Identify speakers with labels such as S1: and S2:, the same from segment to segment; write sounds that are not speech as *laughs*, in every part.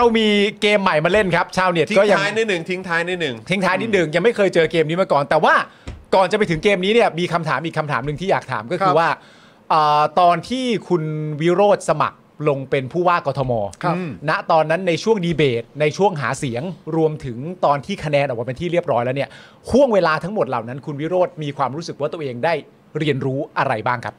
S1: เรามีเกมใหม่มาเล่นครับ ชาวเน็ต
S2: ทิ้ง
S1: ก็ยัง
S2: ท้ายนิดหนึ่งทิ้งท้ายนิดหนึ่ง
S1: ทิ้งท้ายนิดหนึ่งยังไม่เคยเจอเกมนี้มาก่อน แต่ว่าก่อนจะไปถึงเกมนี้เนี่ยมีคำถามอีกคำถามหนึ่งที่อยากถามก็คื
S3: ครั
S1: อบ ว่าเอ่อตอนที่คุณวิโรธสมัครลงเป็นผู้ว่ากทม
S3: ครับ
S1: ณตอนนั้นในช่วงดีเบต ในช่วงหาเสียงรวมถึงตอนที่คะแนนออกมาเป็นที่เรียบร้อยแล้วเนี่ยห่วงเวลาทั้งหมดเหล่านั้น คุณวิโรธมีความรู้สึกว่าตัวเองได้เรียนรู้อะไรบ้างครับ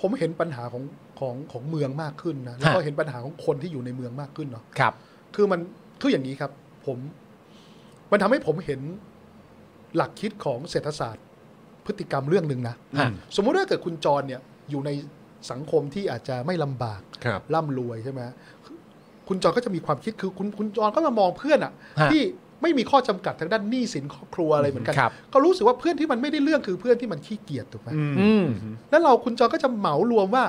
S3: ผมเห็นปัญหาของของของเมืองมากขึ้นนะแล้วก็เห็นปัญหาของคนที่อยู่ในเมืองมากขึ้นเนาะ
S1: ครับ
S3: คือมันคืออย่างนี้ครับ ผม มันทำให้ผมเห็นหลักคิดของเศรษฐศาสตร์ พฤติกรรมเรื่องหนึ่งนะ
S1: ฮะ
S3: สมมุติว่าเกิดคุณจรเนี่ย อยู่ในสังคมที่อาจจะไม่ลำบาก
S2: ครับ
S3: ร่ำรวยใช่ไหมคือคุณจรก็จะมีความคิดคือคุณคุณจรก็มามองเพื่อนอะ
S1: ฮะ
S3: ที่ไม่มีข้อจำกัดทางด้านหนี้สินครอบครัวอะไรเหมือนกัน
S1: ครับ
S3: ก็รู้สึกว่าเพื่อนที่มันไม่ได้เรื่องคือเพื่อนที่มันขี้เกียจถูกไหม
S1: อืม
S3: แล้วเราคุณจอก็จะเหมารวมว่า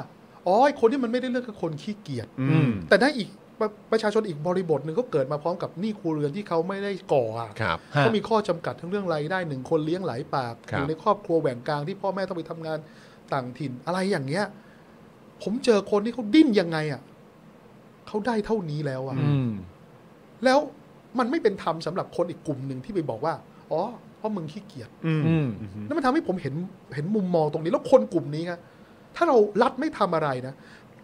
S3: อ๋อไอ้คนที่มันไม่ได้เรื่องคือคนขี้เกียจ
S2: อืม
S3: แต่ได้อีกประประชาชนอีกบริบทหนึ่งก็เกิดมาพร้อมกับหนี้ครัวเรือนที่เขาไม่ได้ก่ออะ
S2: ครับ
S1: ฮะ
S3: ก็มีข้อจำกัดทั้งเรื่องรายได้หนึ่งคนเลี้ยงหลายปาก
S2: ครั
S3: อบ ยู่ในครอบครัวแหว่งกลางที่พ่อแม่ต้องไปทำงานต่างถิ่น อะไรอย่างเงี้ย ผมเจอคนที่เขาดิ้นยังไงอ่ะเขาได้เท่านี้แล้วอ่ะ
S1: อืม
S3: แล้วมันไม่เป็นธรรมสำหรับคนอีกกลุ่มหนึ่งที่ไปบอกว่า อ๋อเพราะมึงขี้เกียจ
S2: อืม
S1: อืม
S3: นั่นมันทำให้ผมเห็นเห็นมุมมองตรงนี้แล้วคนกลุ่มนี้ครับถ้าเรารัดไม่ทำอะไรนะ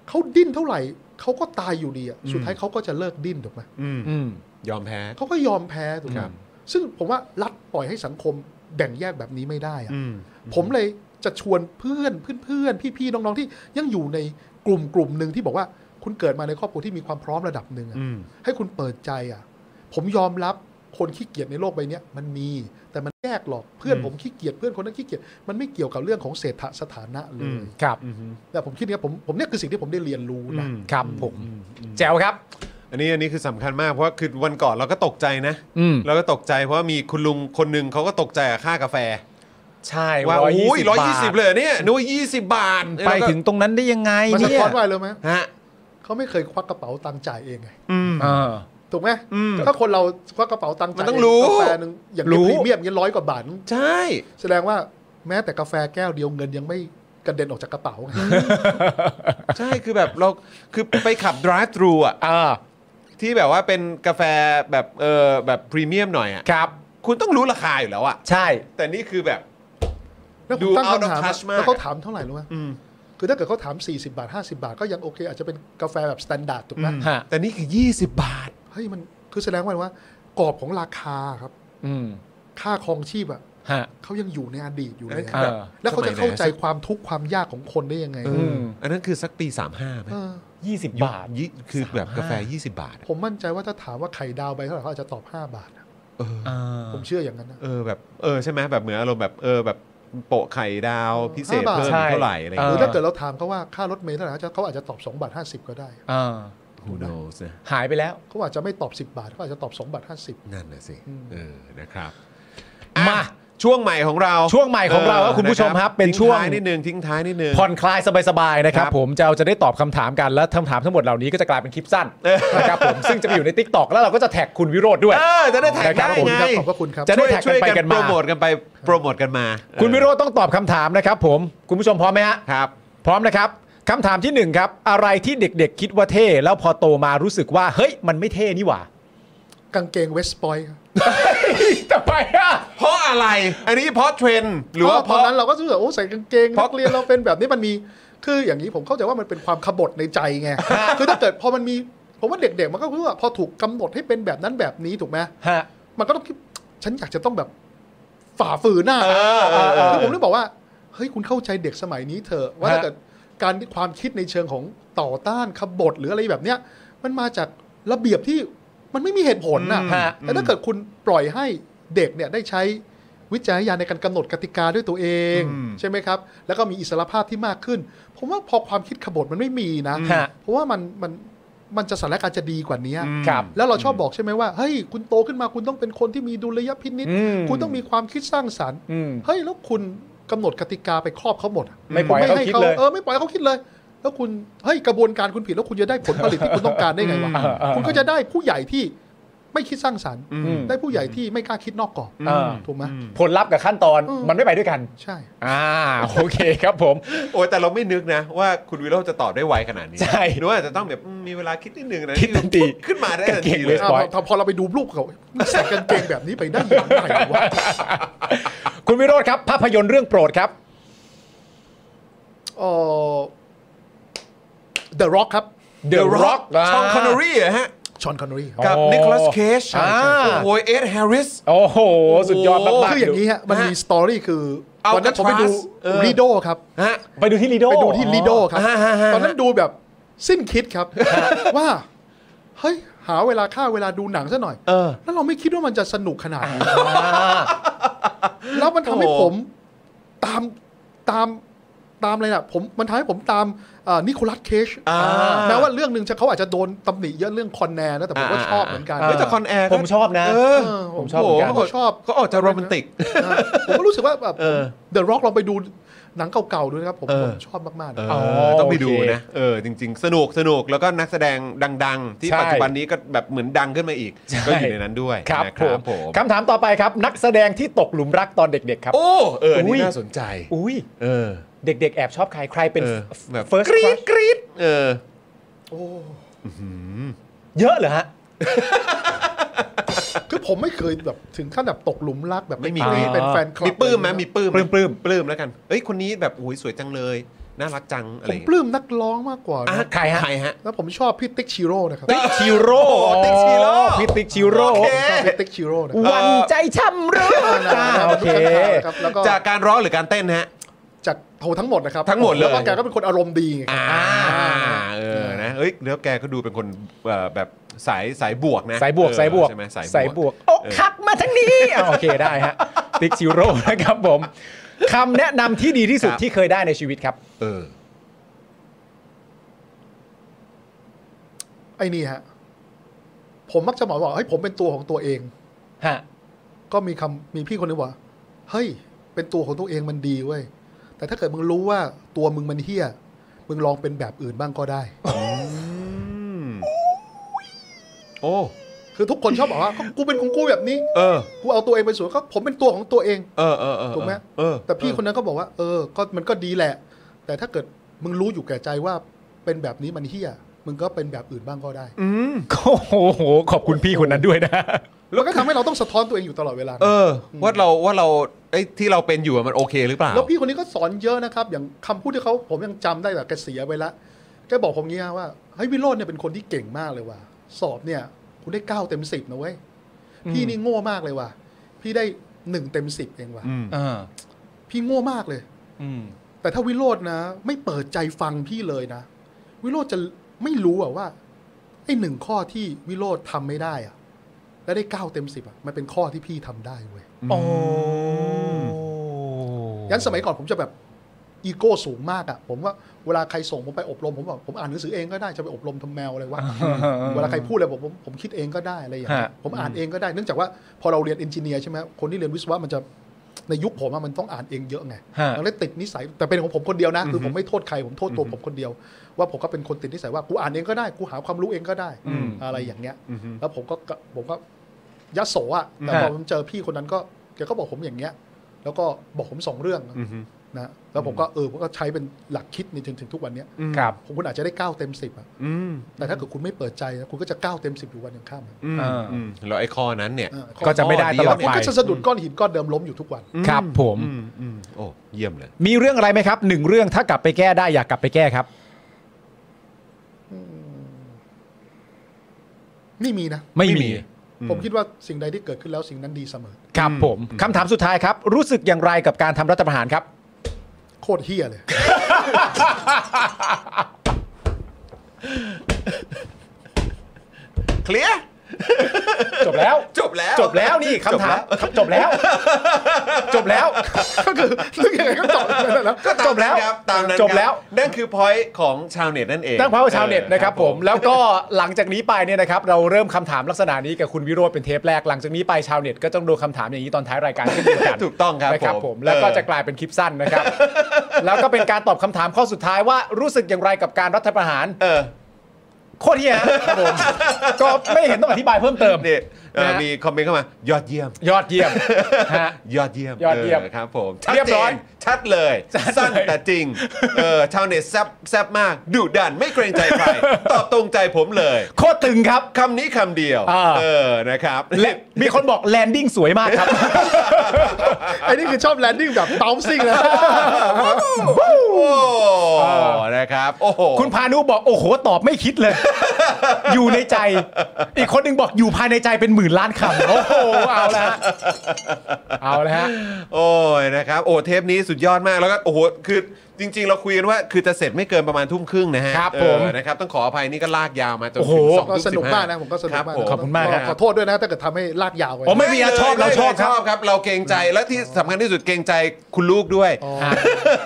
S3: เขาดิ้นเท่าไหร่เขาก็ตายอยู่ดีอะสุดท้ายเขาก็จะเลิกดิ้นถูกไหม
S2: อืม
S1: อืม
S2: ยอมแพ้
S3: เขาก็ยอมแพ้ถูกไหม
S2: ครับ
S3: ซึ่งผมว่ารัฐปล่อยให้สังคมแบ่งแยกแบบนี้ไม่ได้อะ
S2: อืม
S3: ผมเลยจะชวนเพื่อนเพื่อนๆพี่ๆน้องๆที่ยังอยู่ในกลุ่มกลุ่มหนึ่งที่บอกว่าคุณเกิดมาในครอบครัวที่มีความพร้อมระดับหนึ่งอะ
S2: อืม
S3: ให้คุณเปิดใจอ่ะ ผมยอมรับคนขี้เกียจในโลกใบเนี้ยมันมี แต่มันแยกหรอกเพื่อนผมขี้เกียจเพื่อนคนนั้นขี้เกียจมันไม่เกี่ยวกับเรื่องของเศรษฐสถานะเล
S2: อืม
S3: ย
S1: ครับ
S2: อืม
S3: แต่ผมคิดเนี่ยผมผมเนี่ยคือสิ่งที่ผมได้เรียนรู้นะ
S1: ครับผม แจ๋วครับ
S2: อันนี้อันนี้คือสำคัญมากเพราะว่าคือวันก่อนเราก็ตกใจนะ
S1: อืม
S2: เราก็ตกใจเพราะว่ามีคุณลุงคนหนึ่งเขาก็ตกใจกับค่ากาแฟ
S1: ใช่
S2: ว่าโอ้ยร้อยยี่สิบ
S1: 120
S2: เลยเหรอเนี่ยนึกว่ายี่สิบบาท
S1: ไปถึงตรงนั้นได้ยังไง
S3: มันสะ
S1: เนี่ย
S3: ท้อนว่าอะไรรู้ไหม
S2: ฮะ
S3: เขาไม่เคยควักกระเป๋าตังค์จ่ายเองไง
S2: อืม
S1: เออ
S3: ถูกไหม
S2: อืม
S3: ถ้าคนเราควักกระเป๋าตังค์จ่าย
S2: มันต้องรู้
S3: กาแฟหนึงอย่าง
S1: รู้
S3: เงี้ยพรีเมียมเงี้ยร้อยกว่าบาท
S2: ใช่
S3: แสดงว่าแม้แต่กาแฟแก้วเดียวเงินยังไม่กระเด็นออกจากกระเป๋าไง
S2: ใช่คือแบบเราคือไปขับ drive thru อ่ะ
S1: เออ
S2: ที่แบบว่าเป็นกาแฟแบบเออแบบพรีเมียมหน่อยอ่ะ
S1: ครับ
S2: คุณต้องรู้ราคาอยู่แล้วอ่ะ
S1: ใช่
S2: แต่นี่คือแบบ
S3: แล้ว
S2: ดู
S3: ผมตั้ง
S2: out of
S3: คำถาม
S2: touch มาก
S3: แล้วเขาถามเท่าไหร่รู้ไหมคือถ้าเกิดเขาถาม 40 บาท 50 บาท ก็ยังโอเค อาจจะเป็นกาแฟแบบสแตนดาร์ดถูกไหม
S1: ฮะ
S2: แต่นี่คือ 20 บาท
S3: เฮ้ยมันคือแสดงว่าอะไรว่ากรอบของราคาครับ
S1: อืม
S3: ค่าครองชีพอ่ะ
S1: ฮะ
S3: เขายังอยู่ในอดีตอยู่เลยอะ
S1: เออ
S3: แล้วเขาจะเข้าใจความทุกข์ความยากของคนได้ยังไง
S2: เอออันนั้นคือสักปี 35ไหม
S3: เออ
S1: ยี่สิบ
S2: ยุค
S1: บาท
S2: ยี่คือแบบกาแฟ
S1: 35
S2: 20 บาทอะ
S3: ผมมั่นใจว่าถ้าถามว่าไข่ดาวใบเท่าไหร่เขาอาจจะตอบ 5 บาทนะ
S2: เออ
S1: เออ
S3: ผมเชื่ออย่างนั้นนะ
S2: เออแบบเออใช่ไหมแบบเหมือนอารมณ์แบบเออแบบโปะไข่ดาวพิเศษเพิ่ม
S1: ใช่
S2: เท่าไหร่อะไรอ
S1: เอ
S2: ย่าง
S3: หรือ
S2: เงี้ย
S3: ถ้าเกิดเราถามเขาว่าค่ารถเมล์เท่าไหร่เขาอาจจะตอบ 2 บาท 50 ก็ได้
S1: เออ
S2: โอ้โหนะ
S1: หายไปแล้ว
S3: เขาอาจจะไม่ตอบ 10 บาทเขาอาจจะตอบ 2 บาท 50
S2: นั่นน่ะสิ
S3: อืม
S2: เออนะครับ
S1: มา
S2: อ่ะช่วงใหม่ของเรา
S1: ช่วงใหม่ของเราครับคุณผู้ชมครับเป็นช่วง
S2: ทิ้ท้ายนิดนึงทิ้งท้ายนิดนึง
S1: ผ่อนคลายสบายๆนะครับ
S2: ครับ
S1: ผมจะจะได้ตอบคำถามกันและคำถามทั้งหมดเหล่านี้ก็จะกลายเป็นคลิปสั้นนะครับผมซึ่งจะไปอยู่ใน t ิ k t o k แล้วเราก็จะแท็กคุณวิโรธด้วย
S2: เออจะได้แท็ก
S1: นะครับ
S2: ได้
S1: ผม
S2: ไง
S3: ครับขอบพระคุณครับ
S1: จะได้
S2: ช่วย
S1: แท็ก
S2: ช่วย
S1: กันไป
S2: กั
S1: กัน น
S2: โปร
S1: มา
S2: โมทกันไปโปรโมทกันมา
S1: คุณ
S2: เออ
S1: วิโรธต้องตอบคำถามนะครับผมคุณผู้ชมพร้อมไหมฮะ
S2: ครับ
S1: พร้อมนะครับคำถามที่หนึ่งครับ อะไรที่เด็กๆ คิดว่าเท่ แล้วพอโตมารู้สึกว่า เฮ้ย มันไม่เท่นี่หว่าก
S3: างเกงเวสปอย
S1: ทำไมอ่ะ
S2: เพราะอะไร อันนี้เพราะเทรนด์หรือว่าเพ
S3: ตอน
S2: ราะ
S3: นั้นเราก็รู้สึกว่าโอ้ใส่กางเกง
S2: เพราะ
S3: นักเรียนเราเป็นแบบนี้มันมี คืออย่างนี้ผมเข้าใจว่ามันเป็นความขบฏในใจ
S2: *laughs*
S3: ไง คือถ้าเกิดพอมันมีผมว่าเด็กๆมันก็รู้ว่าพอถูกกำหนดให้เป็นแบบนั้นแบบนี้ถูกไหม
S1: ฮะ
S3: มันก็ต้องคิดฉันอยากจะต้องแบบฝ่าฝืนหน้า
S2: เออเออเออ
S3: คือผมเลยบอกว่า เฮ้ยคุณเข้าใจเด็กสมัยนี้เถอะว่า
S1: ฮะ
S3: ถ้าเกิดการความคิดในเชิงของต่อต้านขบฏหรืออะไรแบบเนี้ย มันมาจากระเบียบที่มันไม่มีเหตุผลนะ
S2: ฮะ
S3: แต่ถ้าเกิดคุณปล่อยให้เด็กเนี่ยได้ใช้วิจารณญาณในการกำหนดกติกาด้วยตัวเอง ใช่ไหมครับ แล้วก็มีอิสรภาพที่มากขึ้น ผมว่าพอความคิดขบฏมันไม่มีนะ
S1: ฮะ
S3: เพราะว่ามันมันมันจะสถานการณ์จะดีกว่านี้
S1: ครับ
S3: แล้วเราชอบบอกใช่ไหมว่าเฮ้ยคุณโตขึ้นมาคุณต้องเป็นคนที่มีดุลยพินิจ
S1: อืม
S3: คุณต้องมีความคิดสร้างสรรค์
S1: อืม
S3: เฮ้ยแล้วคุณกำหนดกติกาไปครอบเขาหมดะ
S1: ไม่ปล่อยให้เขา
S3: ให้
S1: คิดเลย
S3: เออไม่ปล่อยให้เขาคิดเลย แล้วคุณเฮ้ยกระบวนการคุณผิดแล้วคุณจะได้ผลผลิตที่คุณต้องการได้ไงวะ
S1: เออเออ
S3: คุณก็จะได้ผู้ใหญ่ที่ ไม่คิดสร้างสรรค์
S2: อืม
S3: ได้ผู้ใหญ่ที่ไม่กล้าคิดนอกกรอบ
S1: เออ
S3: ถูกไหม
S2: อื
S1: ผลลัพธ์กับขั้นตอน
S3: อืม
S1: มันไม่ไปด้วยกัน
S3: ใช่
S1: อ่าโอเคครับผม
S2: โอ้ยแต่เราไม่นึกนะ ว่าคุณวิโรจน์จะตอบได้ไวขนาดนี้
S1: ใช่
S2: หรือว่าอาจจะต้องแบบอืมมีเวลาคิดนิดนึงนะ
S1: คิดทันที
S2: ปุ๊บขึ้นมาได้ทันที
S1: กางเกง
S2: เล
S1: เลย ย
S3: อ่าพอพอพอเราไปดูรูปเขาใส่กางเกงแบบนี้ไปได้ยังไงวะ
S1: คุณวิโรธครับ ภาพยนตร์เรื่องโปรดครับ
S3: เอ่อ The Rock ครับ
S1: The
S2: The Rock
S1: Rock า
S2: ช่องคอนเนอรี่อะฮะ
S3: ชอนคอนเนอรี่
S1: อ๋อ
S2: กับนิโคลัสเคช
S1: อ่า
S2: โอ้ยเอ็ดแฮร์ริส
S1: โอ้โห สุดยอดมากๆ
S3: คืออย่างนี้
S1: นี้
S3: ฮะ มันมีสตอรี่คือ
S2: เอา
S3: ตอนนั้นผมไปดู
S2: Alcatraz เออ
S3: รีโดครับ
S2: ฮะ
S1: ไปดูที่ลีโด
S3: ไปดูที่ลีโดครับ
S2: อ่าฮะฮะ
S3: ตอนนั้นดูแบบสิ้นคิดครับ ว่า เฮ้ย หาเวลาค่าเวลาดูหนังซะหน่อย
S2: เออ
S3: แล้วเราไม่คิดว่ามันจะสนุกขนาดนี้แล้วมันทำให้
S2: โอ้
S3: ผมตามตามตามอะไรนะผมมันทำให้ผมตามนิโคลัสเคช
S2: อ่า
S3: แม้ว่าเรื่องหนึ่งจะเขาอาจจะโดนตำหนิเยอะเรื่องคอนแนนะแต่ผมก็ชอบเหมือนกัน
S1: อ่า
S2: เฮ้ยแต่คอนแอร์ก็
S1: ผมชอบนะ
S2: เออ
S3: เออ
S1: ผมชอบเหมือนกัน
S2: โโ
S3: ชอบ
S2: ก็ออกจะโรแมนติก
S3: นะผมก็รู้สึกว่าแบบ
S2: เออ
S3: เดอะร็อกลองไปดูหนังเก่าๆดูนะครับผม
S2: เออ
S3: ผมชอบมากๆนะ
S2: เอ
S1: อ๋อ
S2: อต้องไปดู
S1: โอเค
S2: นะเออจริง ๆ สนุกสนุกแล้วก็นักแสดงดัง ๆ ที่
S1: ใช่
S2: ปัจจุบันนี้ก็แบบเหมือนดังขึ้นมาอีก
S1: ใช่
S2: ก็อยู่ในนั้นด้วย
S1: ครับ
S2: นะ
S1: ผม คำถามต่อไปครับ นักแสดงที่ตกหลุมรักตอนเด็ก ๆ ครับ
S2: โอ้เอออน
S1: อุ๊
S2: นี่
S1: ย
S2: น่าสนใจ
S1: อุ้ย
S2: เออ
S1: เด็ก ๆ แอบชอบใคร ใครเป็น
S2: เออแบบ
S1: first
S2: กรี๊ด
S1: crush
S2: กรี๊ดเออ
S3: โอ้
S1: เยอะเหรอฮะ
S3: คือผมไม่เคยแบบถึงขั้นแบบตกหลุมรักแบบ
S2: ไม่มี
S3: ป
S2: ก
S3: รี๊
S2: รี๊ด
S3: ด
S1: อ่า
S3: เป็นแฟนคลับ
S2: มีปลื้มไหมมีปลื้มไห
S1: ปลื้มปลื้ม
S2: ปลื้มแล้วกันเอ้ยคนนี้แบบโอ้ยสวยจังเลย น่ารักจังอะไร
S3: ผมปลื้มนักร้องมากกว่านะ
S2: อ่ะ
S1: ใครฮะ
S2: ใครฮะ
S3: แล้วผมชอบพี่ติ๊กชิโร่นะครับ
S1: ติ๊กชิโร่
S2: โอ้ติ๊กชิโร่
S1: พี่ติ๊กชิโร่
S2: โอเค
S3: ชอบพี่ติ๊กชิโร่นะครับ
S1: วันใจช่ำรู้จ้าโอเค
S3: ครับแล้วก็
S2: จากการร้องหรือการเต้นฮะ
S3: จากโททั้งหมดนะครับ
S2: ทั้งหมดเลย
S3: แล้วก็แกก็เป็นคนอารมณ์ดีไง
S2: อ่าเออนะเอ้ยแล้วแกก็ดูเป็นคนเอ่อแบบสายสายบวกนะ
S1: สายบวก
S2: เออ
S1: สายบวก
S2: ใช่ไหมสาย
S1: สาย
S2: บบ วก
S1: วกอกหักมาทั้งนี้อ่ะโอเคได้ฮะ ติ๊กชิโร่ *laughs* นะครับผมคำแนะนำที่ดีที่สุด
S2: ครับ
S1: ที่เคยได้ในชีวิตครับ
S2: เออ
S3: ไอ้นี่ฮะ ผมมักจะบอกว่าเฮ้ยผมเป็นตัวของตัวเอง
S1: ฮะ
S3: ก็มีคำมีพี่คนนึงว่า เฮ้ย เป็นตัวของตัวเองมันดีเว้ย แต่ถ้าเกิดมึงรู้ว่าตัวมึงมันเฮี้ย มึงลองเป็นแบบอื่นบ้างก็ได้
S2: โอ้
S3: คือทุกคนชอบบอกว่าก็กูเป็นของกูแบบนี้
S2: เออ
S3: กูเอาตัวเองไปนสวยก็ผมเป็นตัวของตัวเอง
S2: เออเออเออ
S3: ถูกไหม
S2: เออ
S3: แต่พี่คนนั้นก็บอกว่า เออ ก็มันก็ดีแหละ แต่ถ้าเกิดมึงรู้อยู่แก่ใจว่าเป็นแบบนี้มันเฮี้ย มึงก็เป็นแบบอื่นบ้างก็ได้
S2: อืม
S1: โอ้โห ขอบคุณพี่คนนั้นด้วยนะ
S3: แล้วก็ทำให้เราต้องสะท้อนตัวเองอยู่ตลอดเวลา
S2: เออ ว่าเราว่าเราไอ้ยที่เราเป็นอยู่อะมันโอเคหรือเปล่า
S3: แล้วพี่คนนี้ก็สอนเยอะนะครับ อย่างคำพูดที่เขาผมยังจำได้แต่แกเสียไปละแกบอกผมงี้ฮะว่าเฮ้ยวิโรจน์เนี่ยเป็นคนที่เก่งมากเลยว่ะสอบเนี่ยคุณได้เก้าเต็มสิบนะเว้ยพี่นี่โง่มากเลยว่ะพี่ได้หนึ่งเต็มสิบเองว่ะ
S2: อืม
S1: อ่า
S3: พี่โง่มากเลย
S1: อืม
S3: แต่ถ้าวิโรจน์นะ ไม่เปิดใจฟังพี่เลยนะ วิโรจน์จะไม่รู้อะว่าไอ้หนึ่งข้อที่วิโรจน์ทำไม่ได้อะและได้เก้าเต็มสิบอะมันเป็นข้อที่พี่ทำได้เว้ย
S1: โอ้
S3: ยันสมัยก่อนผมจะแบบอีโก้สูงมากอะผมว่าเวลาใครส่งผมไปอบรมผมบอกผมอ่านหนังสือเองก็ได้จะไปอบรมทำแมวอะไรวะ เวลาใครพูดอะไรผมผมผมคิดเองก็ได้อะไรอย่างเงี้ย
S1: ฮะ
S3: ผมอ่านเองก็ได้เนื่องจากว่าพอเราเรียนเอนจิเนียร์ใช่ไหมคนที่เรียนวิศวะมันจะในยุคผมอะมันต้องอ่านเองเยอะไง
S1: ฮะ
S3: มันเลยติดนิสัยแต่เป็นของผมคนเดียวนะคือผมไม่โทษใครผมโทษตัวผมคนเดียว ว่าผมก็เป็นคนติดนิสัยว่ากูอ่านเองก็ได้กูหาความรู้เองก็ได้
S2: อืม
S3: อะไรอย่างเงี้ย
S2: อืมฮึ
S3: แล้วผมก็กะผมก็ยโสอะแต่
S1: ฮะ
S3: พอผมเจอพี่คนนั้นก็แกก็บอกผมอย่างเงี้ย แล้วก็บอกผมสองเรื่อง
S2: อือฮึ
S3: นะแล้วผมก็เออผมก็ใช้เป็นหลักคิดในจนถึงทุกวันเนี้ย
S1: ครับ
S3: ผมคุณอาจจะได้เก้าเต็มสิบอะ
S2: อืม
S3: แต่ถ้าเกิดคุณไม่เปิดใจนะคุณก็จะก้าวเต็มสิบอยู่วันยังข้าม
S2: อืม
S1: อ่า
S2: อืมแล้วไอ้ข้อนั้นเนี่ย
S3: เออ
S1: ก็จะไม่ได้ตลอด
S3: มัน
S1: ไป
S3: ก็จะสะดุดก้อนหินก้อนเดิมล้มอยู่ทุกวัน
S1: ครับผม
S2: อืมอืมโอ้เยี่ยมเลย
S1: มีเรื่องอะไรไหมครับหนึ่งเรื่องถ้ากลับไปแก้ได้อยากกลับไปแก้ครับ
S3: นี่มีนะ
S1: ไม่
S2: ไม่มี
S1: มี
S3: ผมคิดว่าสิ่งใดที่เกิดขึ้นแล้วสิ่งนั้นดีเสมอ
S1: ครับผมคำถามสุดท้ายครับ รู้สึกอย่างไรกับการทำรัฐประหารครับ
S3: โคตรเฮี้ยเลย
S2: เคลียร์
S1: จบแล้ว
S2: จบแล้ว
S1: จบแล้วนี่คำถามจบแล้ว จบแล้ว
S3: ก็คือเรื่องยังไงก็ตอบได้แล้ว
S2: ก็
S1: จบแล้ว
S2: ครับตามนั้น
S1: จบแล้ว
S2: ครับนั่นคือพอยต์ของชาวเน็ตนั่นเอง
S1: ตั้งพาวชาวเน็ตนะครับ
S2: อ
S1: ผ
S2: อ
S1: มแล้วก็หลังจากนี้ไปเนี่ยนะครับเราเริ่มคำถามลักษณะนี้กับคุณวิโรธเป็นเทปแรกหลังจากนี้ไปชาวเน็ตก็ต้องดูคำถามอย่างนี้ตอนท้ายรายการเช่นเดียวกัน
S2: ถูกต้องครับ
S1: นะครับ
S2: ผ
S1: ผม มแล้วก็
S2: เออ
S1: จะกลายเป็นคลิปสั้นนะครับ แล้วก็เป็นการตอบคำถามข้อสุดท้ายว่ารู้สึกอย่างไรกับการรัฐประหาร
S2: เออ
S1: โคตรเฮียครับผม *laughs* ก็ไม่เห็นต้องอธิบายเพิ่มเติม
S2: นี่เอ่อ
S1: นะฮะ
S2: มีคอมเมนต์เข้ามายอดเยี่ยม
S1: ยอดเยี่ยมฮะ
S2: ยอดเยี่ยม
S1: ยอดเยี่ยม
S2: อครับผม
S1: เรียบร้อย
S2: ชัดจนชัดเลย
S1: ชัดเลย
S2: สั้นแต่จริงเออชาวเน็ตแซบแซบมากดุดันไม่เกรงใจ
S1: *laughs*
S2: ใคร ตอบตรงใจผมเลย
S1: โคตรตึงครับ
S2: คำนี้คำเดียว
S1: อ่า
S2: เออนะครับ
S1: และมีคนบอกแลนดิ้งสวยมากครับ
S3: ไอ้นี่คือชอบแลนดิ้งแบบเตาซิ่งนะ
S2: โอ้นะครับ โอ้โห
S1: คุณพานุบอกโอ้โหตอบไม่คิดเลย *laughs* อยู่ในใจ อีกคนหนึ่งบอกอยู่ภายในใจเป็นหมื่นล้านคำโอ้โหเอาละฮะเอาละฮะ
S2: โอ้ยนะครับ โอ้เทปนี้สุดยอดมากแล้วก็โอ้โหคือจริง ๆ เราคุยกันว่าคือจะเสร็จไม่เกินประมาณทุ่มครึ่งนะฮะ
S1: ครับ
S2: เออ
S1: ผม
S2: นะครับต้องขออภัยนี่ก็ลากยาวมาจน
S1: โอ้โห
S2: ถึงสอง
S3: ก็
S2: ทุ่ม
S3: สนุก
S2: 15
S3: มากนะผมก็สนุกมาก
S2: ครั
S1: ขอบคุณมากครับ
S3: ขอโทษด้วยนะถ้าเกิดทำให้ลากยาวไป
S1: อ๋อ ไม่มีนะชอบเราชอบครับ
S2: ครับ เราเกรงใจและที่สำคัญที่สุดเกรงใจคุณลูกด้วย
S3: อ๋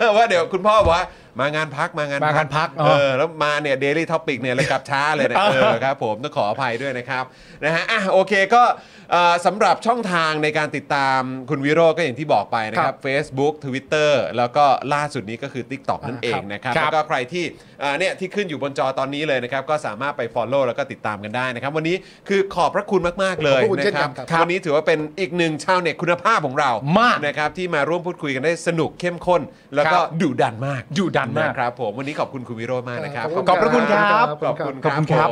S3: อ
S2: *laughs* ว่าเดี๋ยวคุณพ่อบอกว่ามางานพักมางาน
S1: มางานพักอ๋อ
S2: เออแล้วมาเนี่ยเดลี่ท็อปิกเนี่ยเลยกลับช้าเลยนะ เออครับผมต้องขออภัยด้วยนะครับนะฮะอ่ะโอเคก็เอ่อสำหรับช่องทางในการติดตามคุณวิโรจน์ก็อย่างที่บอกไปนะครับ Facebook Twitter แล้วก็ล่าสุดนี้ก็คือ TikTok นั่นเองนะครับ
S1: ครับ
S2: แล้วก็ใครที่เอ่อเนี่ยที่ขึ้นอยู่บนจอตอนนี้เลยนะครับ ก็สามารถไป Follow แล้วก็ติดตามกันได้นะครับ วันนี้คือขอบพระคุณมากๆเลย
S3: ขอบพระคุณเช่
S2: นะ
S3: น
S2: ค
S3: กั
S2: รับ
S3: นครับ
S2: วันนี้ถือว่าเป็นอีกหนึ่งชาวเน็ตคุณภาพของเรา
S1: มาก
S2: นะครับที่มาร่วมพูดคุยกันได้สนุกเข้มข้น แล้ว
S1: ค
S2: ก็
S1: รับ
S2: ดุดันมาก
S1: ดุดันมาก
S2: ะครับผมวันนี้ขอบคุณคุณวิโรจน์มากนะครับ
S3: ขอบคุณ
S1: ขอบพระคุณครับ
S2: ขอบคุณ
S3: ขอบคุณ
S2: ค
S3: ค
S2: รับผ
S3: รับ
S2: ม